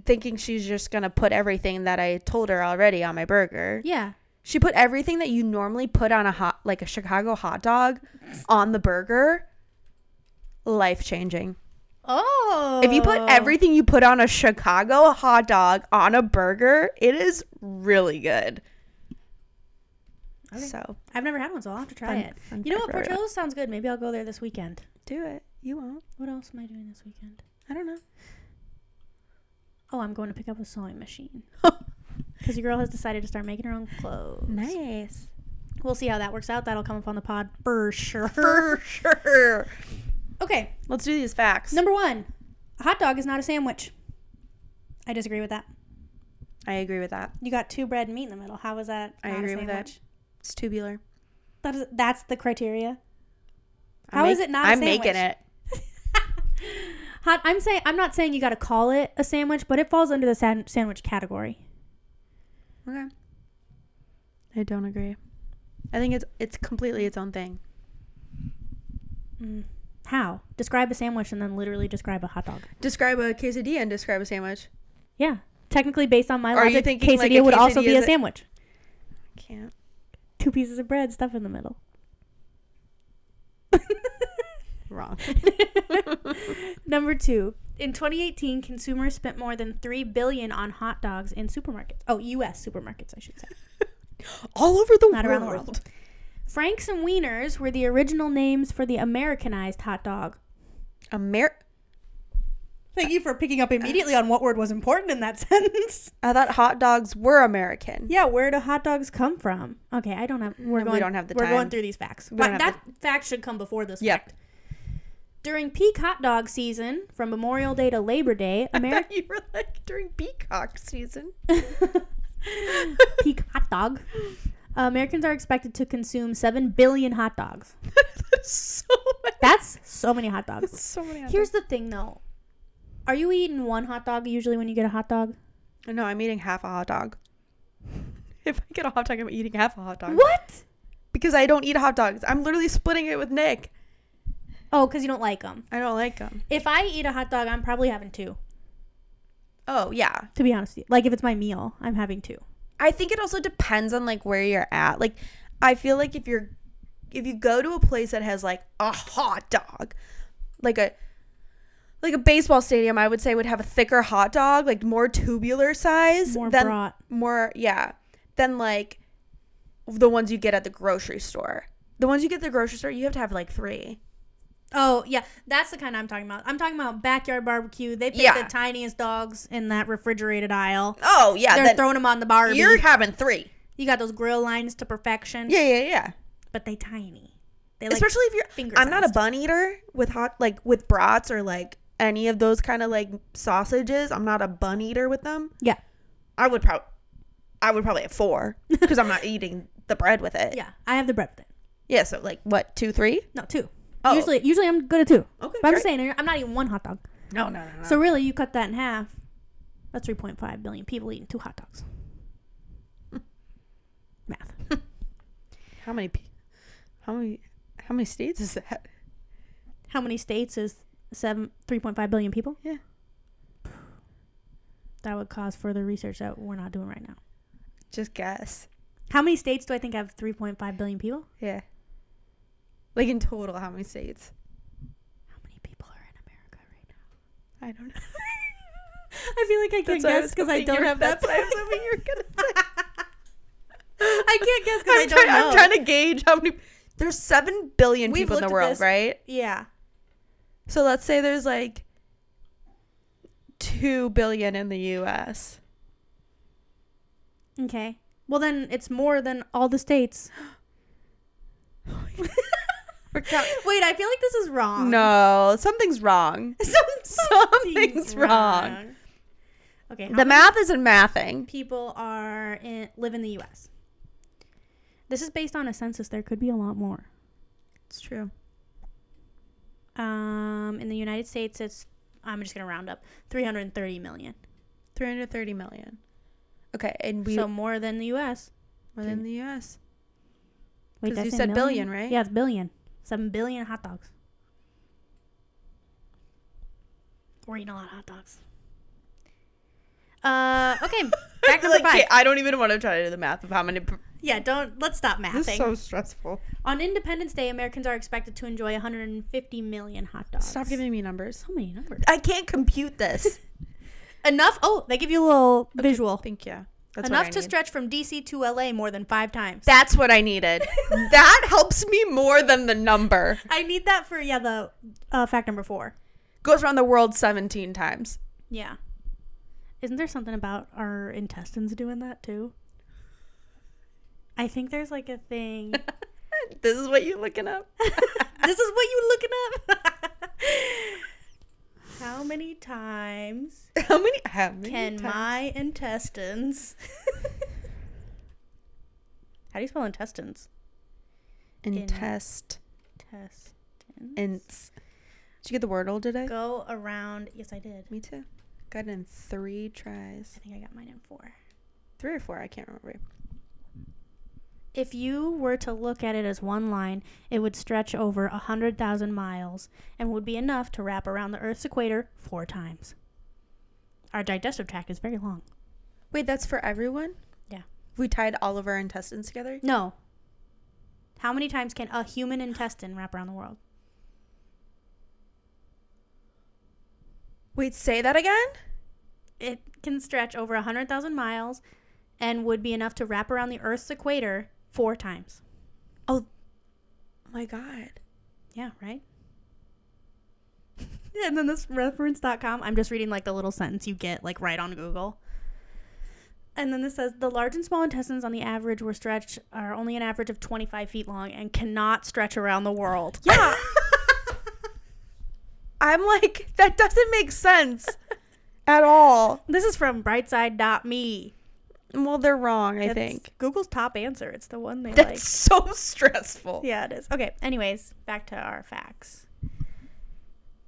Thinking she's just going to put everything that I told her already on my burger.
Yeah.
She put everything that you normally put on a hot like a Chicago hot dog on the burger. Life changing.
Oh.
If you put everything you put on a Chicago hot dog on a burger, it is really good.
Okay.
So
I've never had one, so I'll have to try
Fun-
it.
fun
you know
fact
what?
for everyone.
Portillo's sounds good. Maybe I'll go there this weekend.
do it. You won't.
What else am I doing this weekend?
I don't know.
Oh, I'm going to pick up a sewing machine. *laughs* Because your girl has decided to start making her own clothes.
Nice.
We'll see how that works out. That'll come up on the pod for sure.
For sure.
Okay,
Let's do these facts.
number one a hot dog is not a sandwich. I disagree with that.
I agree with that.
You got two bread and meat in the middle. How is that?
I
not a
agree with that.
sandwich?
It's tubular.
That is, that's the criteria.
I'm
How
make-
is it not a
I'm making
sandwich?
it.
Hot, I'm saying I'm not saying you got to call it a sandwich, but it falls under the san- sandwich category.
Okay. I don't agree. I think it's it's completely its own thing.
Mm. How? Describe a sandwich and then literally describe a hot dog.
Describe a quesadilla and describe a sandwich.
Yeah. Technically, based on my
Are you
logic,
thinking,
quesadilla,
like, a
would also
quesadilla
be
is
a
a-
sandwich.
Can't.
Two pieces of bread, stuff in the middle.
Wrong.
Number two. In 2018, consumers spent more than three billion on hot dogs in supermarkets. Oh, U.S. supermarkets, I should say.
*laughs* All over the world.
Not around the world. Franks and Wieners were the original names for the Americanized hot dog.
Amer-
Thank you for picking up immediately on what word was important in that sentence.
I thought hot dogs were American.
Yeah, where do hot dogs come from? Okay, I don't have. We're
No, we
going.
don't have the
We're going
time.
through these facts.
We
But
don't have
that fact should come before this
Yep.
fact. During peak hot dog season, from Memorial Day to Labor Day, *laughs*
*laughs*
America
you were like during peacock *laughs* season.
peak hot dog. uh, Americans are expected to consume seven billion hot dogs.
so
That's so many hot dogs.
so many.
Here's the thing, though. Are you eating one hot dog usually when you get a hot dog?
no, I'm eating half a hot dog. *laughs* If I get a hot dog, I'm eating half a hot dog.
What?
Because I don't eat hot dogs. I'm literally splitting it with Nick.
Oh, because you don't like them.
I don't like them.
If I eat a hot dog, I'm probably having two.
Oh yeah.
To be honest, with you. like if it's my meal, I'm having two.
I think it also depends on like where you're at. Like I feel like if you're if you go to a place that has like a hot dog, like a like a baseball stadium, I would say would have a thicker hot dog, like more tubular size
More
than
brat.
more yeah, than like the ones you get at the grocery store. The ones you get at the grocery store, you have to have like 3.
Oh yeah, that's the kind I'm talking about. I'm talking about backyard barbecue. They pick
Yeah.
the tiniest dogs in that refrigerated aisle.
Oh, yeah,
They're
then
throwing them on the barbie.
you're having 3.
You got those grill lines to perfection.
Yeah, yeah, yeah.
but they tiny. They like
especially if you're
finger
i'm not a
sized.
bun eater with hot like with brats or like any of those kind of like sausages i'm not a bun eater with them
yeah
i would probably i would probably have
*laughs*
four because i'm not eating the bread with it
yeah. I have the bread with it.
yeah so like what two three
No two.
Oh.
Usually usually I'm good at two.
okay
But I'm just saying I'm not eating one hot dog.
no no no, no.
So really you cut that in half. That's 3.5 billion people eating two hot *laughs* dogs. Math.
how many pe- how many how many states is that *laughs*
How many states is seven 3.5 billion people?
Yeah.
That would cause further research that we're not doing right now.
just guess
How many states do I think have 3.5 billion people?
yeah like in total how many states
How many people are in America right now?
i don't know
*laughs* I feel like I can't
That's what I was
guess because I
hoping
don't
you're-
have that.
that's what i was hoping you were gonna
*laughs* I can't guess because I
I'm,
don't
try-
know.
I'm trying to gauge how many. There's seven billion
We've
people in the
looked at
world,
this.
right?
Yeah.
So let's say there's like two billion in the U.S.
Okay. Well, then it's more than all the states.
We're count-
Wait, I feel like this is *laughs* wrong.
no, *laughs* something's wrong.
Some,
Something's wrong.
Okay. How
The math isn't mathing.
people are in, live in the U.S. This is based on a census. There could be a lot more.
It's true.
Um, in the United States, it's I'm just gonna round up 330 million.
330 million. Okay, and we
so more than the U.S.
more than the *laughs* US.
Wait,
'Cause
did I
you
say
said billion, right?
Yeah, it's billion. Seven billion hot dogs. We're eating a lot of hot dogs. Uh, okay, back number
Like,
five.
I don't even want to try to do the math of how many.
Yeah, don't let's stop
This
mathing.
is so stressful.
On Independence Day, Americans are expected to enjoy 150 million hot dogs.
Stop giving me numbers.
so many numbers.
I can't compute this.
Enough. Oh, they give you a little visual.
*laughs* Thank you. That's what I
Enough to
need.
stretch from DC to LA more than five times.
That's what I
*laughs*
needed. that helps me more than the number.
I need that for yeah the uh, fact number four.
Goes around the world 17 times.
Yeah. Isn't there something about our intestines doing that too? I think there's like a thing.
This is what you're looking up. *laughs*
this is what you looking up. *laughs* How many times
How many? How many
Can
times?
my intestines. *laughs* How do you spell intestines?
intest
Intestines.
ints? Did you get the wordle today?
Go around. Yes, I did.
Me too. Got it in three tries,
I think I got mine in four.
three or four. I can't remember.
If you were to look at it as one line, it would stretch over a 100,000 miles and would be enough to wrap around the Earth's equator four times. Our digestive tract is very long.
Wait, that's for everyone.
Yeah.
We tied all of our intestines together.
No. How many times can a human intestine wrap around the world?
Wait, say that again.
it can stretch over 100,000 miles and would be enough to wrap around the Earth's equator four times.
Oh my God.
Yeah, right? *laughs* and then this reference.com, I'm just reading like the little sentence you get like right on Google. And then this says the large and small intestines on the average were stretched are only an average of 25 feet long and cannot stretch around the world.
Yeah. Ah. I'm like that doesn't make
*laughs*
sense at all.
*laughs* This is from brightside.me.
Well, they're wrong. I
That's
think
Google's top answer. It's the one they like.
*laughs* that's so stressful.
Yeah, it is. Okay, anyways, back to our facts.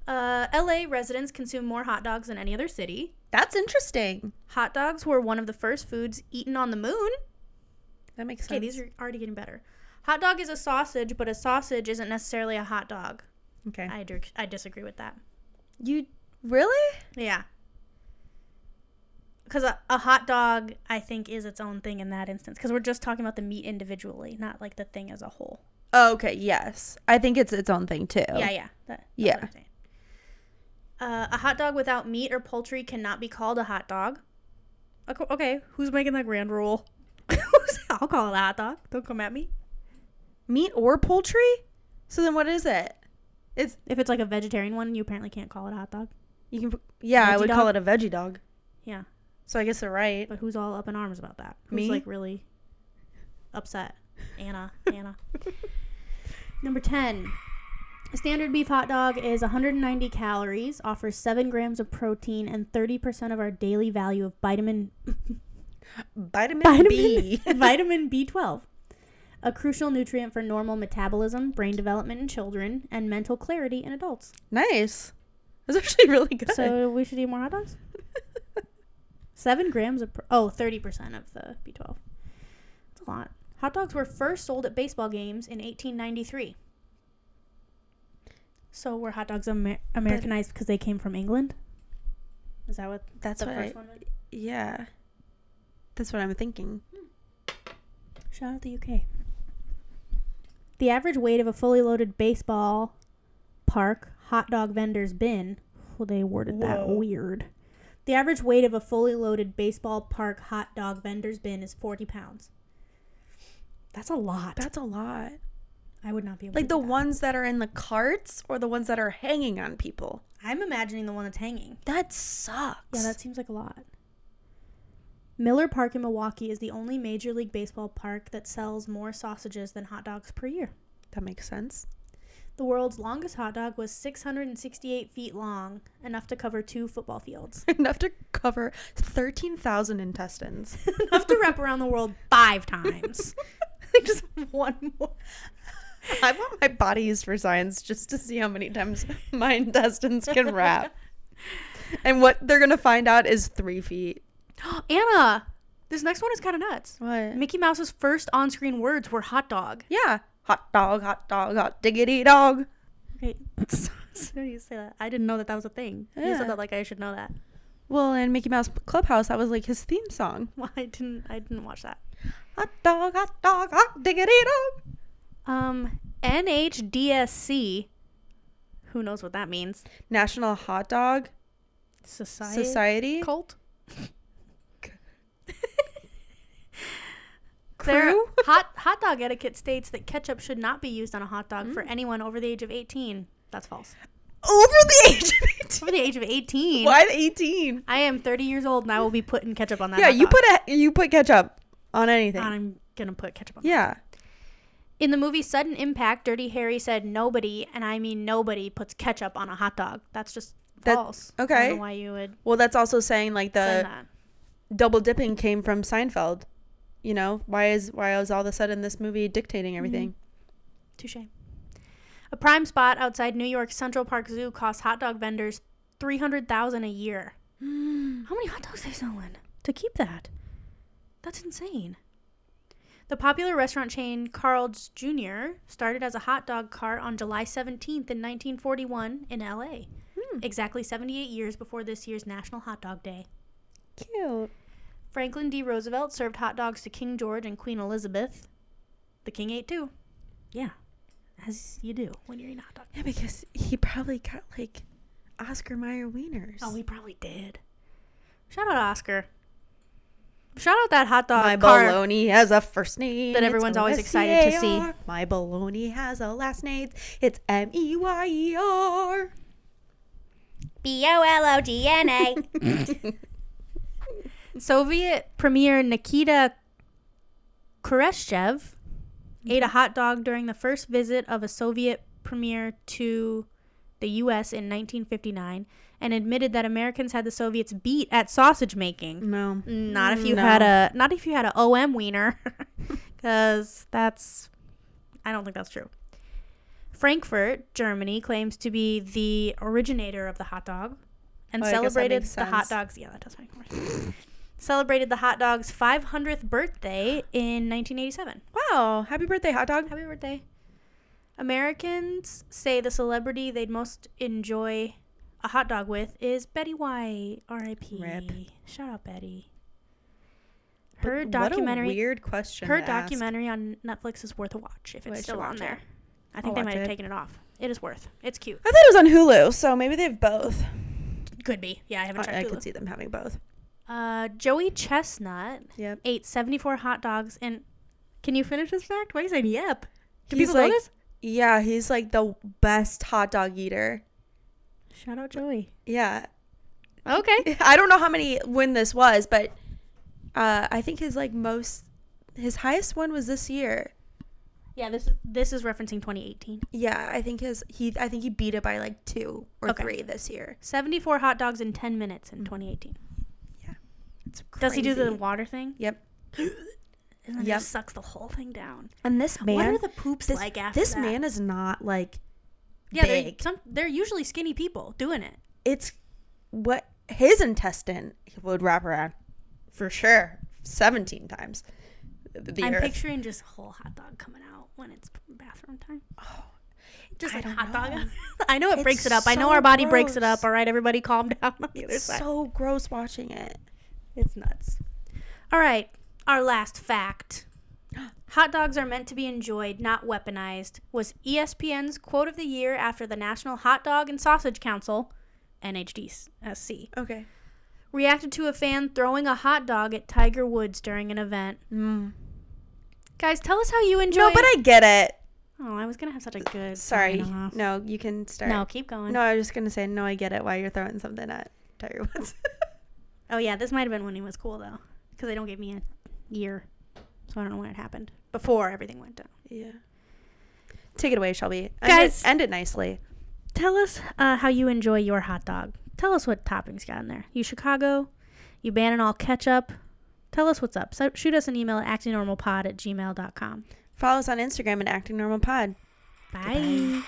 Uh, LA residents consume more hot dogs than any other city.
That's interesting.
Hot dogs were one of the first foods eaten on the moon.
That makes
Okay,
sense.
these are already getting better. Hot dog is a sausage, but a sausage isn't necessarily a hot dog.
okay.
I, dir- I disagree with that.
you really?
Yeah. Because a, a hot dog, I think, is its own thing in that instance. Because we're just talking about the meat individually, not like the thing as a whole.
Oh, okay. Yes, I think it's its own thing too.
Yeah, yeah. That, that's
Oh. Yeah.
what I'm saying. Uh, a hot dog without meat or poultry cannot be called a hot dog. Okay, okay, who's making that grand rule? *laughs* I'll call it a hot dog. Don't come at me.
Meat or poultry? So then, what is it?
If it's like a vegetarian one, you apparently can't call it a hot dog.
You can. Yeah, I
Veggie
would call it a veggie dog.
Yeah,
So I guess they're right.
but who's all up in arms about that? Who's
Me?
like really upset? Anna, Anna. Number 10. A standard beef hot dog is 190 calories, offers 7 grams of protein, and 30% of our daily value of vitamin
Vitamin,
vitamin
B.
vitamin B12, a crucial nutrient for normal metabolism, brain development in children, and mental clarity in adults.
*laughs* nice. That's actually really good.
So we should eat more
*laughs*
hot dogs. Seven grams of pr- oh, 30 percent of the B12. That's a lot. Hot dogs were first sold at baseball games in 1893. So were hot dogs Amer- Americanized because they came from England? Is that what
That's
the
what
first
I,
one? Was?
Yeah. That's what I'm thinking.
Shout out the UK. The average weight of a fully loaded baseball park hot dog vendor's bin. Well, they worded that
Whoa.
weird. The average weight of a fully loaded baseball park hot dog vendor's bin is 40 pounds. That's a lot.
That's a lot.
I would not be able
Like
to.
the
do that.
ones that are in the carts or the ones that are hanging on people.
I'm imagining the one that's hanging.
That sucks.
Yeah, that seems like a lot. Miller Park in Milwaukee is the only Major League Baseball park that sells more sausages than hot dogs per year.
That makes sense.
The world's longest hot dog was 668 feet long, enough to cover two football fields,
*laughs* Enough to cover 13,000 intestines. *laughs*
enough to wrap around the world five times. *laughs* Like, Just one more.
I want my body used for science just to see how many times my *laughs* intestines can *laughs* wrap. and what they're going to find out is three feet.
Anna, this next one is kind of nuts.
What?
Mickey Mouse's first on-screen words were hot dog.
Yeah. Hot dog, hot dog, hot diggity dog.
*laughs* Wait, so you say that? I didn't know that that was a thing. You
Yeah.
said that like I should know that. *laughs*
Well, in Mickey Mouse Clubhouse, that was like his theme song.
Well, I didn't. I didn't watch that.
Hot dog, hot dog, hot diggity dog.
Um, NHDSC. Who knows what that means?
National Hot Dog
Society.
Society
Cult.
*laughs*
Their
crew.
*laughs* hot hot dog etiquette states that ketchup should not be used on a hot dog for
Mm.
anyone over the age of 18. That's false.
Over the age of 18.
Over the age of 18.
Why the 18?
I am 30 years old and I will be putting ketchup on that.
Yeah,
hot
you
dog.
put a, you put ketchup on anything.
I'm gonna put ketchup on.
yeah.
In the movie Sudden Impact, Dirty Harry said nobody, and I mean nobody, puts ketchup on a hot dog. That's just
That-
false. I
okay. Uh,
don't know why you would
Well, that's also saying like
say
the
that.
double dipping came from Seinfeld. You know, why is why is all of a sudden this movie
Mm-hmm.
dictating everything?
Touche. A prime spot outside New York's Central Park Zoo costs hot dog vendors three hundred thousand a year. *gasps* How many hot dogs they selling to keep that? That's insane. The popular restaurant chain Carl's Jr. started as a hot dog cart on July 17th in 1941 in LA, exactly 78 years before this year's National Hot Dog Day.
Cute.
Franklin D. Roosevelt served hot dogs to King George and Queen Elizabeth. The king ate too. Yeah, as you do when you're eating hot dog.
Yeah, because he probably got like Oscar Mayer wieners.
Oh, we probably did. Shout out Oscar. Shout out that hot dog
My
car.
baloney has a first name.
That
it's
everyone's always excited to see.
O-S-E-A-R. My baloney has a last name. It's M E Y E R.
B O L O G N A. Soviet Premier Nikita Khrushchev ate a hot dog during the first visit of a Soviet premier to the U.S. in 1959 and admitted that Americans had the Soviets beat at sausage making.
No.
Not if you
Mm, No.
had a not if you had a OM wiener, *laughs* because that's I don't think that's true. Frankfurt, Germany, claims to be the originator of the hot dog, and
Oh, I guess that
celebrated
makes
the hot
sense.
dogs. Yeah, that does make more sense. celebrated the hot dog's 500th birthday in 1987.
Wow. Happy birthday, hot dog.
Happy birthday! Americans say the celebrity they'd most enjoy a hot dog with is Betty White. R.I.P.
Rip.
Shout out Betty.
But
Her
what a
documentary
weird question.
her
to ask.
documentary on Netflix is worth a watch if
Well, I
it's
should
still on
watch
there.
it.
I think
I'll
they
watch
might have
it.
taken it off. It is worth. It's cute.
*laughs* I thought it was on Hulu, so maybe they have both.
Could be. Yeah, I haven't
I, I
checked.
could
Hulu.
see them having both.
Uh, Joey Chestnut
Yep.
ate 74 hot dogs and can you finish this fact? Why are you saying yep? Do
He's
people
like-
know this?
Yeah, he's like the best hot dog eater.
Shout out Joey.
Yeah.
Okay.
I don't know how many when this was, but uh, I think his like most his highest one was this year.
Yeah, this this is referencing 2018.
Yeah, I think his he I think he beat it by like two or
Okay.
three this year.
74 hot dogs in 10 minutes in 2018.
It's
Does he do the
crazy.
water thing?
Yep.
*gasps* And then
Yep.
just sucks the whole thing down.
And this man
what are the poops
this,
like after
this
that?
man is not like
yeah, they're,
big.
some, they're usually skinny people doing it.
it's what his intestine would wrap around for sure 17 times the the
I'm
earth.
picturing just a whole hot dog coming out when it's bathroom time. Oh, just
I
like
don't
hot
know.
dog. *laughs* I know it
It's
breaks it up. I know
so
our body breaks it
gross.
up. All right, everybody, calm down *laughs* on the other
it's
side.
so gross watching it.
It's nuts. All right, our last fact. *gasps* Hot dogs are meant to be enjoyed, not weaponized, was E ESPN's quote of the year after the National Hot Dog and Sausage Council, NHDSC,
Okay.
reacted to a fan throwing a hot dog at Tiger Woods during an event.
Mm.
Guys, tell us how you enjoy.
No, but I get it.
oh, I was gonna have such a good.
Sorry.
sign off.
No, you can start.
No, keep going.
No, I was just gonna say no. I get it. Why you're throwing something at Tiger Woods? *laughs*
Oh yeah, this might have been when he was cool though, because they don't give me a year. So I don't know when it happened. Before everything went down.
Yeah. Take it away, Shelby. End
Guys.
it, end it nicely.
Tell us uh, how you enjoy your hot dog. Tell us what toppings got in there. You Chicago? You banning all ketchup? Tell us what's up. So shoot us an email at actingnormalpod at gmail.com.
Follow us on Instagram at Acting Normal Pod.
Bye.